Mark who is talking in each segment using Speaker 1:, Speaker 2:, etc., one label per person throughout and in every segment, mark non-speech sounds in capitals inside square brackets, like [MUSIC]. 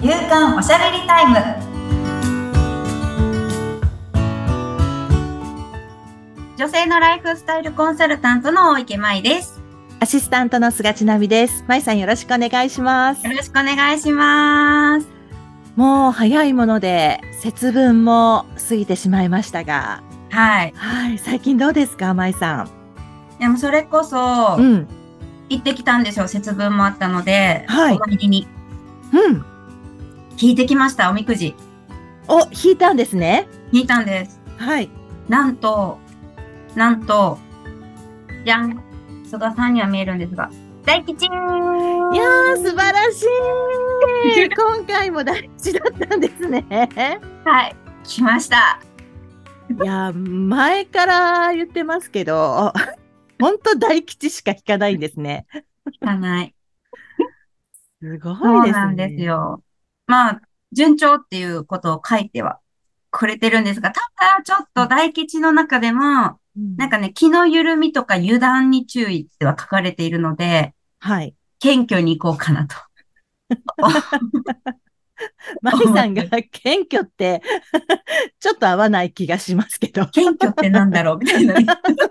Speaker 1: 夕刊おしゃべりタイム女性のライフスタイルコンサルタントの大池舞です
Speaker 2: アシスタントの菅千奈美です。まいさんよろしくお願いします
Speaker 1: よ。ろしくお願いします
Speaker 2: もう早いもので節分も過ぎてしまいましたが、
Speaker 1: はい
Speaker 2: はい、最近どうですか、まいさん。
Speaker 1: でもそれこそ行
Speaker 2: ん、
Speaker 1: ってきたんですよ節分もあったので、
Speaker 2: はい
Speaker 1: お参りに
Speaker 2: うん。
Speaker 1: 聞いてきましたおみくじ
Speaker 2: お、引いたんですね。
Speaker 1: 聞いたんです
Speaker 2: はい。
Speaker 1: なんとなんとじゃん菅さんには見えるんですが大吉
Speaker 2: いやー、素晴らしい。今回も大事だったんですね。
Speaker 1: はい来ました
Speaker 2: いやー、前から言ってますけど、本当大吉しか引かないんですね。
Speaker 1: 行かない
Speaker 2: すごいです
Speaker 1: そ
Speaker 2: ね。
Speaker 1: うなんです。よ。まあ、順調っていうことを書いてはくれてるんですが、ただ、ちょっと大吉の中でも、なんかね、気の緩みとか油断に注意っては書かれているので、
Speaker 2: はい。
Speaker 1: 謙虚に行こうかなと。
Speaker 2: マリさんが謙虚って、 [LAUGHS] ちょっと合わない気がしますけど。
Speaker 1: 謙虚ってなんだろうみたいな
Speaker 2: [LAUGHS]
Speaker 1: ね。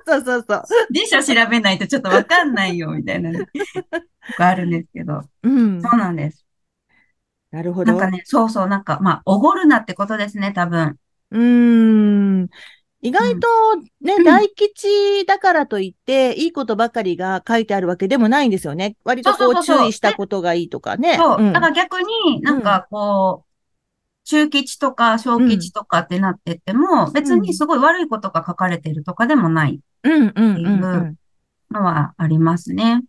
Speaker 2: そうそうそう。
Speaker 1: 辞書調べないとちょっとわかんないよ、みたい
Speaker 2: [LAUGHS]
Speaker 1: なね。があるんですけど。
Speaker 2: うん。
Speaker 1: そうなんです。
Speaker 2: なるほ
Speaker 1: な
Speaker 2: ど。
Speaker 1: んかね、そうそう、なんか、まあ、おごるなってことですね、多分。
Speaker 2: うーん。意外とね、
Speaker 1: うん
Speaker 2: 大吉だからといって、いいことばかりが書いてあるわけでもないんですよね。割とこ
Speaker 1: そう
Speaker 2: う
Speaker 1: そうそうそう
Speaker 2: 注意したことがいいとかね。
Speaker 1: そう。
Speaker 2: ん
Speaker 1: だから逆になんかこう、中吉とか小吉とかってなってっても、別にすごい悪いことが書かれてるとかでもない
Speaker 2: うんうんうんうん
Speaker 1: うんのはありますね。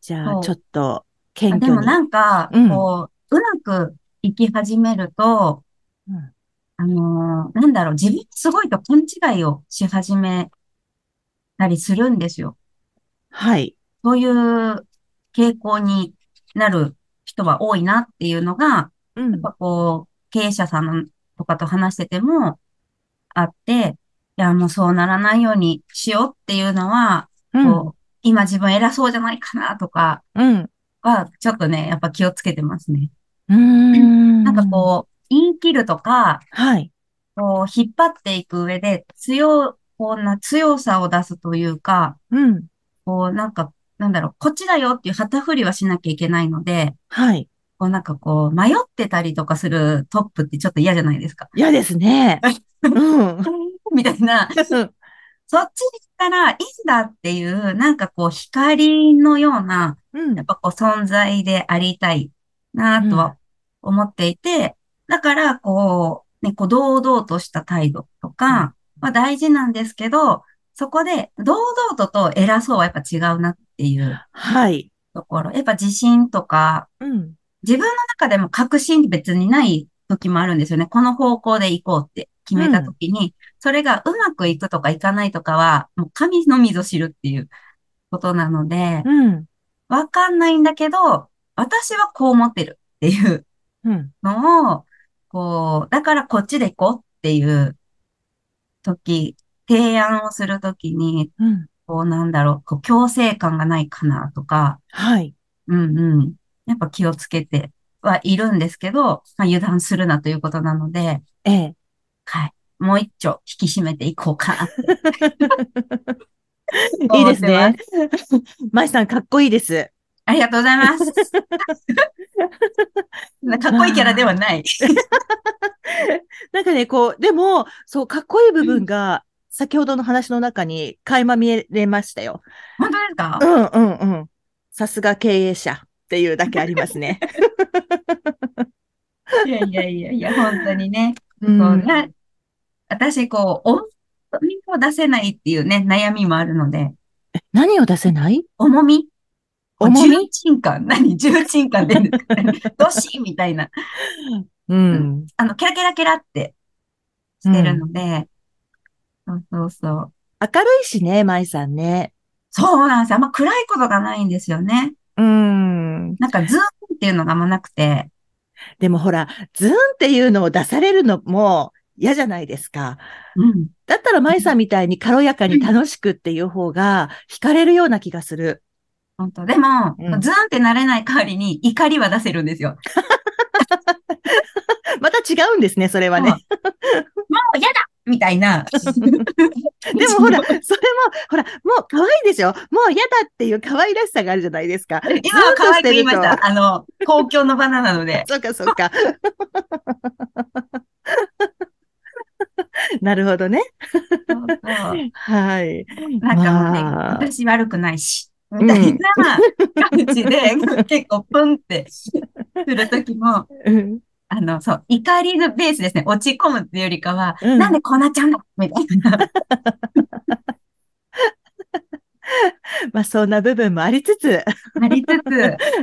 Speaker 2: じゃ
Speaker 1: そ
Speaker 2: あ、
Speaker 1: う
Speaker 2: ちょっと、謙
Speaker 1: あで
Speaker 2: 虚
Speaker 1: も
Speaker 2: に。
Speaker 1: なんか、
Speaker 2: うん
Speaker 1: こう、うまく生き始めると、
Speaker 2: うん
Speaker 1: あのーなんだろう、自分すごいと勘違いをし始めたりするんですよ。
Speaker 2: はい。
Speaker 1: そういう傾向になる人は多いなっていうのが、
Speaker 2: う
Speaker 1: やっ
Speaker 2: ん。
Speaker 1: ぱこう、経営者さんとかと話しててもあって、いや、もうそうならないようにしようっていうのは、
Speaker 2: うん。
Speaker 1: こう、今自分偉そうじゃないかなとか
Speaker 2: うん。
Speaker 1: は、ちょっとね、やっぱ気をつけてますね。
Speaker 2: うーん。
Speaker 1: なんかこう、言い切るとか、
Speaker 2: う。はい。
Speaker 1: こう、引っ張っていく上で、強、こんな強さを出すというか、
Speaker 2: うん。
Speaker 1: こう、なんか、なんだろう、こっちだよっていう旗振りはしなきゃいけないので、
Speaker 2: はい。
Speaker 1: こうなんかこう、迷ってたりとかするトップってちょっと嫌じゃないですか。
Speaker 2: 嫌です
Speaker 1: [LAUGHS]
Speaker 2: ね。うん。
Speaker 1: みたいな、そっちに行ったらいいんだっていう、なんかこう光のような、
Speaker 2: うん
Speaker 1: やっ。ぱこう存在でありたいなとは思っていて、だからこう、ね、こう堂々とした態度とかは大事なんですけど、そこで堂々とと偉そうはやっぱ違うなっていう
Speaker 2: はい。
Speaker 1: ところ。やっぱ自信とか、
Speaker 2: うん。
Speaker 1: 自分の中でも確信別にない時もあるんですよね。この方向で行こうって決めた時に、それがうまくいくとかいかないとかは、もう神のみぞ知るっていうことなので、
Speaker 2: うん。
Speaker 1: わかんないんだけど、私はこう思ってるっていう
Speaker 2: うん。
Speaker 1: のを、こう、だからこっちで行こうっていう時、提案をするときに、
Speaker 2: うん。
Speaker 1: こうなんだろう、こう強制感がないかなとか、
Speaker 2: はい。
Speaker 1: うんうん。やっぱ気をつけてはいるんですけど、まあ、油断するなということなので、
Speaker 2: え [LAUGHS] え。
Speaker 1: はい。もう一丁引き締めていこうかなって。 [LAUGHS]
Speaker 2: いいですね。まいさん、かっこいいです。
Speaker 1: ありがとうござい [LAUGHS] ます。かっこいいキャラでは [LAUGHS] ない。
Speaker 2: なんかね、こう、でも、そう、かっこいい部分が、先ほどの話の中に、垣間見れましたよ。
Speaker 1: 本当ですか
Speaker 2: うん、うん、うん。さすが経営者っていうだけありますね。
Speaker 1: いやいやいやいや、本当にね。
Speaker 2: う。
Speaker 1: そうんな私、こう、重みを出せないっていうね、悩みもあるので、
Speaker 2: [LAUGHS] 何を出せない
Speaker 1: 重み
Speaker 2: 重み
Speaker 1: 重鎮感何重鎮感で、 [LAUGHS] どっしーみたいな。
Speaker 2: うん。
Speaker 1: あの、ケラケラケラってしてるので、そうそうそう。
Speaker 2: 明るいしね、まいさんね。
Speaker 1: そうなんですよ。あんま暗いことがないんですよね。
Speaker 2: うん。
Speaker 1: なんかズーンっていうのがあんまなくて。
Speaker 2: でもほら、ズーンっていうのを出されるのも嫌じゃないですか。
Speaker 1: うん。
Speaker 2: だったら、舞さんみたいに軽やかに楽しくっていう方が惹かれるような気がする。
Speaker 1: 本当でも、
Speaker 2: うん
Speaker 1: ズーンってなれない代わりに怒りは出せるんですよ。
Speaker 2: また違うんですね、それはね。
Speaker 1: もう嫌だみたいな。
Speaker 2: [LAUGHS] でもほら、それも、ほら、もう可愛いでしょもう嫌だっていう可愛らしさがあるじゃないですか。
Speaker 1: [LAUGHS] 今は可愛く言いました。あの、公共の場なので。
Speaker 2: そうか、そうか。 [LAUGHS] なるほどね。 [LAUGHS]
Speaker 1: そうそう
Speaker 2: はい。
Speaker 1: なんかもうね、
Speaker 2: まあ
Speaker 1: 私悪くないし、みたいな感じで、 [LAUGHS] 結構プンってするときも、
Speaker 2: うん
Speaker 1: あの、そう、怒りのベースですね。落ち込むっていうよりかは、
Speaker 2: うん
Speaker 1: なんでこうなっちゃうんだみたい
Speaker 2: [LAUGHS]
Speaker 1: な。
Speaker 2: まあ、そんな部分もありつつ、
Speaker 1: なりつつ、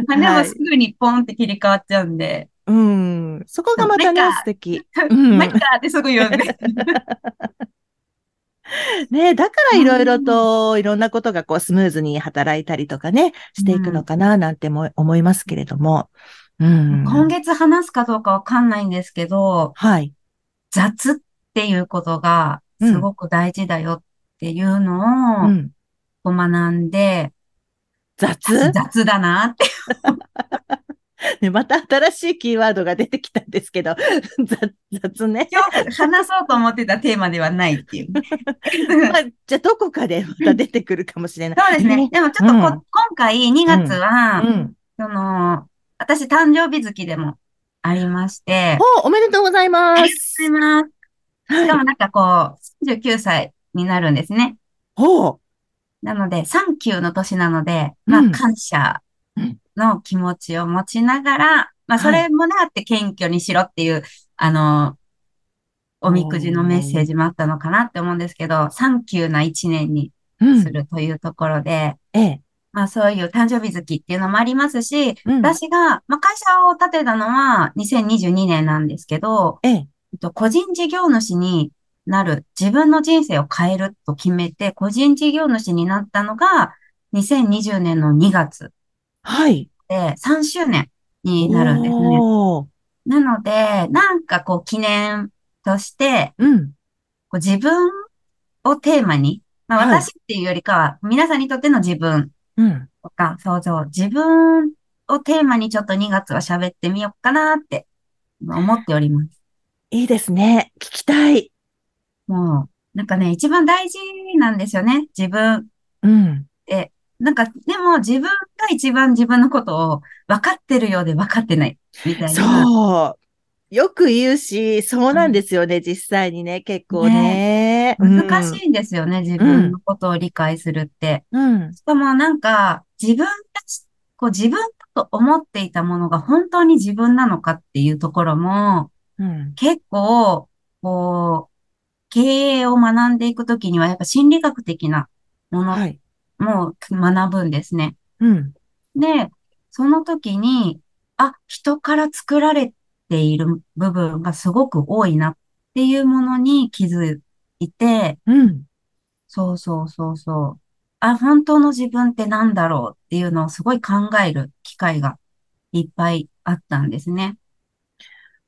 Speaker 1: まあでもすぐにポンって切り替わっちゃうんで、
Speaker 2: うん、そこがまたね
Speaker 1: なん、か
Speaker 2: 素敵。ん
Speaker 1: まいったってすぐ言うんで。
Speaker 2: ね、だからいろいろと、いろんなことがこう、スムーズに働いたりとかね、していくのかな、なんても思いますけれども。うん。
Speaker 1: 今月話すかどうかわかんないんですけど、
Speaker 2: はい。
Speaker 1: 雑っていうことがすごく大事だよっていう
Speaker 2: う
Speaker 1: のを
Speaker 2: ん。
Speaker 1: こう学んで、
Speaker 2: 雑
Speaker 1: 雑だな
Speaker 2: [LAUGHS]
Speaker 1: って。
Speaker 2: ね、また新しいキーワードが出てきたんですけど、 [LAUGHS] 雑、雑ね。
Speaker 1: 今日話そうと思ってたテーマではないっていう。
Speaker 2: まあ、じゃあどこかでまた出てくるかもしれない。
Speaker 1: そうですね。でもちょっとこ、
Speaker 2: うん
Speaker 1: 今回2月は、
Speaker 2: うん。
Speaker 1: その、私誕生日月でもありまして、
Speaker 2: お、おめでとうござ
Speaker 1: あ
Speaker 2: い
Speaker 1: り
Speaker 2: ま
Speaker 1: がと
Speaker 2: す。
Speaker 1: うございます。しか
Speaker 2: はい。
Speaker 1: もなんかこう、39歳になるんですね。
Speaker 2: おう。
Speaker 1: なので、サンキューの年なので、ま
Speaker 2: う
Speaker 1: あ、
Speaker 2: ん
Speaker 1: 感謝の気持ちを持ちながら、まあ、それもなって謙虚にしろっていう、あの、おみくじのメッセージもあったのかなって思うんですけど、サンキューな一年に
Speaker 2: うん
Speaker 1: す。るというところで、
Speaker 2: ええ。
Speaker 1: まあそういう誕生日月っていうのもありますし、
Speaker 2: うん。
Speaker 1: 私が、まあ、会社を建てたのは2022年なんですけど、
Speaker 2: ええ。
Speaker 1: えっと個人事業主になる、自分の人生を変えると決めて、個人事業主になったのが2020年の2月
Speaker 2: はい。
Speaker 1: で3周年になるんですね。
Speaker 2: おー
Speaker 1: なので、なんかこう記念として、
Speaker 2: うん。
Speaker 1: こう自分をテーマに、まあ、
Speaker 2: はい
Speaker 1: 私っていうよりかは、皆さんにとっての自分
Speaker 2: うん。
Speaker 1: とか、そうそう、自分をテーマにちょっと2月は喋ってみようかなって思っております。
Speaker 2: いいですね。聞きたい。
Speaker 1: もう、なんかね、一番大事なんですよね、自分。
Speaker 2: うん。
Speaker 1: なんか、でも自分が一番自分のことを分かってるようで分かってない、みたいな。
Speaker 2: そう。よく言うし、そうなんですよね、実際にね、結構ね。
Speaker 1: 難し
Speaker 2: い。
Speaker 1: いんですよね、自分のことを理解するって。
Speaker 2: うん。
Speaker 1: しかもなんか、自分がし、こう自分だと思っていたものが本当に自分なのかっていうところも、
Speaker 2: うん。
Speaker 1: 結構、こう、経営を学んでいくときには、やっぱ心理学的なもの
Speaker 2: はい。
Speaker 1: も学ぶんですね。
Speaker 2: うん。
Speaker 1: で、その時に、あ、人から作られている部分がすごく多いなっていうものに気づいて、
Speaker 2: うん。
Speaker 1: そうそうそうそう。あ、本当の自分ってなんだろうっていうのをすごい考える機会がいっぱいあったんですね。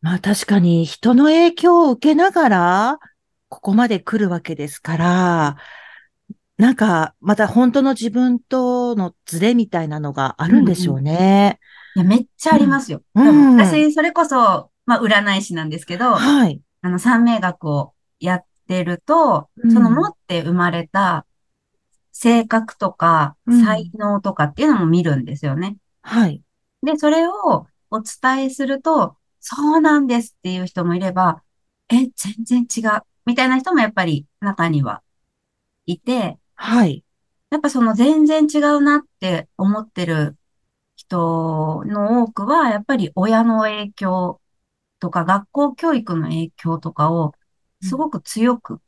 Speaker 2: まあ確かに人の影響を受けながら、ここまで来るわけですから、なんか、また本当の自分とのズレみたいなのがあるんでしょうね。
Speaker 1: いや、めっちゃありますよ。
Speaker 2: うん
Speaker 1: でも
Speaker 2: うん
Speaker 1: 私、それこそ、まあ、占い師なんですけど、あ
Speaker 2: はい。
Speaker 1: の、三名学をやってると、
Speaker 2: うん
Speaker 1: その持って生まれた性格とか
Speaker 2: うん
Speaker 1: 才能とかっていうのも見るんですよね。
Speaker 2: はい。
Speaker 1: で、それをお伝えすると、そうなんですっていう人もいれば、え、全然違う。みたいな人もやっぱり中にはいて、
Speaker 2: はい。
Speaker 1: やっぱその全然違うなって思ってる人の多くは、やっぱり親の影響とか学校教育の影響とかをすごく強く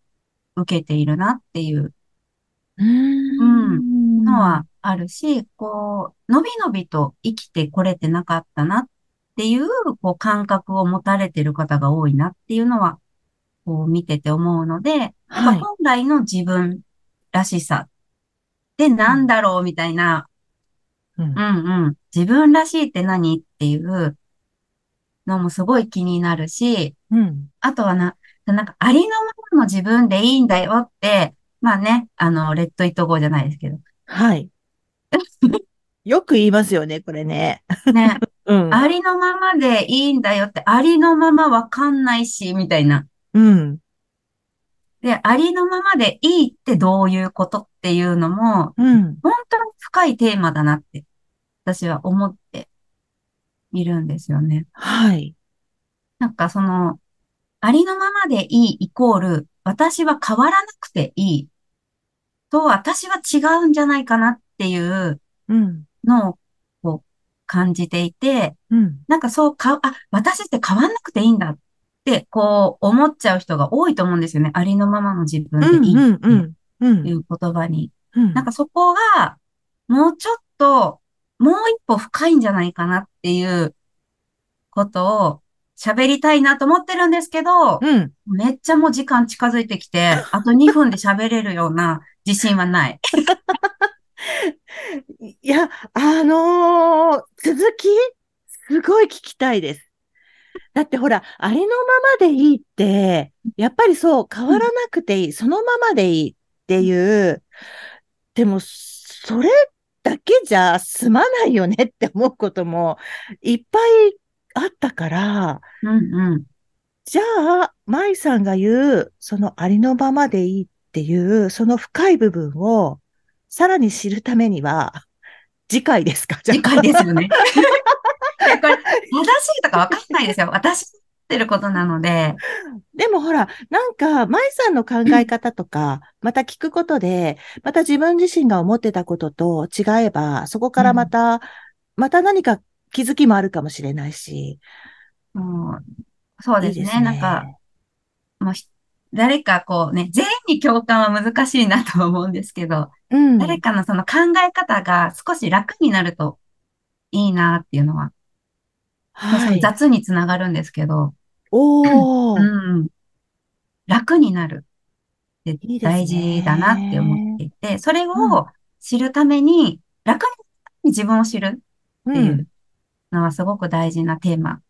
Speaker 1: 受けているなっていう
Speaker 2: うーん。
Speaker 1: のはあるし、こう、のびのびと生きてこれてなかったなっていう、こう、感覚を持たれてる方が多いなっていうのは、こう見てて思うので、やっ
Speaker 2: は
Speaker 1: ぱ
Speaker 2: い。
Speaker 1: 本来の自分らしさってなんだろうみたいな、
Speaker 2: うん
Speaker 1: うんうん、自分らしいって何っていうのもすごい気になるし、
Speaker 2: うん。
Speaker 1: あとはな、なんかありのままの自分でいいんだよって、まあね、あの、レッドイット号
Speaker 2: [LAUGHS]
Speaker 1: じゃないですけど、
Speaker 2: はい。よく言いますよね、これね。
Speaker 1: ね、
Speaker 2: うん。
Speaker 1: ありのままでいいんだよって、ありのままわかんないし、みたいな。
Speaker 2: うん。
Speaker 1: で、ありのままでいいってどういうことっていうのも、
Speaker 2: うん。
Speaker 1: 本当に深いテーマだなって、私は思っているんですよね。
Speaker 2: はい。
Speaker 1: なんかその、ありのままでいいイコール、私は変わらなくていいと私は違うんじゃないかなっていう
Speaker 2: うん。
Speaker 1: のをこう感じていて、
Speaker 2: うん。
Speaker 1: なんかそうか、あ、私って変わんなくていいんだってこう思っちゃう人が多いと思うんですよね。ありのままの自分
Speaker 2: う
Speaker 1: でいい
Speaker 2: ん。
Speaker 1: っ
Speaker 2: う
Speaker 1: て
Speaker 2: ん。うん。
Speaker 1: いう言葉に。
Speaker 2: うん。
Speaker 1: なんかそこがもうちょっと、もう一歩深いんじゃないかなっていうことを喋りたいなと思ってるんですけど、
Speaker 2: うん。
Speaker 1: めっちゃもう時間近づいてき
Speaker 2: [LAUGHS]
Speaker 1: て、あと2分で喋れるような自信はない。
Speaker 2: いや、あのー続き、すごい聞きたいです。だってほら、ありのままでいいって、やっぱりそう、変わらなくていい、そのままでいいっていう、でも、それだけじゃ済まないよねって思うこともいっぱいあったから、
Speaker 1: うんうん。
Speaker 2: じゃあ、舞さんが言う、そのありのままでいいっていう、その深い部分を、さらに知るためには、 [LAUGHS] 次回ですかじゃあ
Speaker 1: 次回ですよね。いやこれ、正しいとかわかんないですよ。私知ってることなので。
Speaker 2: [LAUGHS] でもほら、なんか、舞さんの考え方とか、また聞くことで、また自分自身が思ってたことと違えば、そこからまた、また何か気づきもあるかもしれないし。
Speaker 1: もうそう
Speaker 2: い
Speaker 1: で
Speaker 2: い
Speaker 1: すね。なんか、もうひ誰かこうね、全員に共感は難しいなとは思うんですけど、
Speaker 2: うん。
Speaker 1: 誰かのその考え方が少し楽になるといいなっていうのは、まあそ
Speaker 2: は
Speaker 1: の
Speaker 2: い。
Speaker 1: 雑につながるんですけど、
Speaker 2: おー。
Speaker 1: うん、楽になるって
Speaker 2: いいですね
Speaker 1: 大事だなって思っていて、それを知るために、楽になるために自分を知るってい
Speaker 2: うん
Speaker 1: うのはすごく大事なテーマ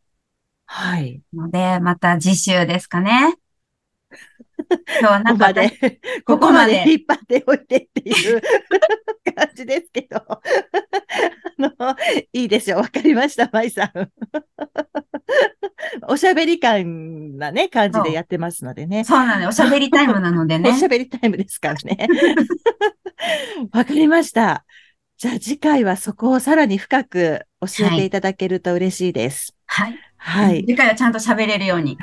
Speaker 2: はい。
Speaker 1: なので、また次週ですか
Speaker 2: [LAUGHS]
Speaker 1: ね。今日は
Speaker 2: こ
Speaker 1: なん
Speaker 2: こ
Speaker 1: か
Speaker 2: ま
Speaker 1: 私、
Speaker 2: で、こ
Speaker 1: [LAUGHS] こ
Speaker 2: こ
Speaker 1: こ
Speaker 2: ま
Speaker 1: ま
Speaker 2: で
Speaker 1: で
Speaker 2: 引っ張っておいてっていう
Speaker 1: [LAUGHS]
Speaker 2: 感じですけど。あの、いいでしょう。わかりました、舞さん。 [LAUGHS] おしゃべり感なね、感じでやってますのでね。
Speaker 1: そうなんで、おしゃべりタイムなのでね。
Speaker 2: [LAUGHS] おしゃべりタイムですからね。 [LAUGHS] わかりました。じゃあ次回はそこをさらに深く教えていただけると嬉しいです。
Speaker 1: はい。
Speaker 2: はい。
Speaker 1: 次回はちゃんと喋れるようにし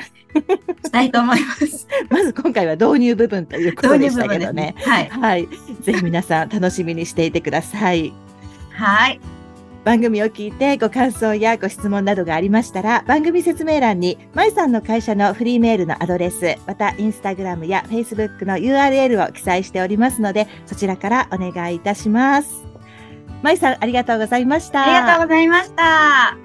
Speaker 1: たいと思います。
Speaker 2: まず今回は導入部分ということでしたけどね。
Speaker 1: 導入部分ですはい。
Speaker 2: はい。ぜひ皆さん楽しみにしていてください。
Speaker 1: はい。
Speaker 2: 番組を聞いてご感想やご質問などがありましたら番組説明欄にまいさんの会社のフリーメールのアドレスまたインスタグラムやフェイスブックの URL を記載しておりますのでそちらからお願いいたしますまいさんありがとうございました
Speaker 1: ありがとうございました。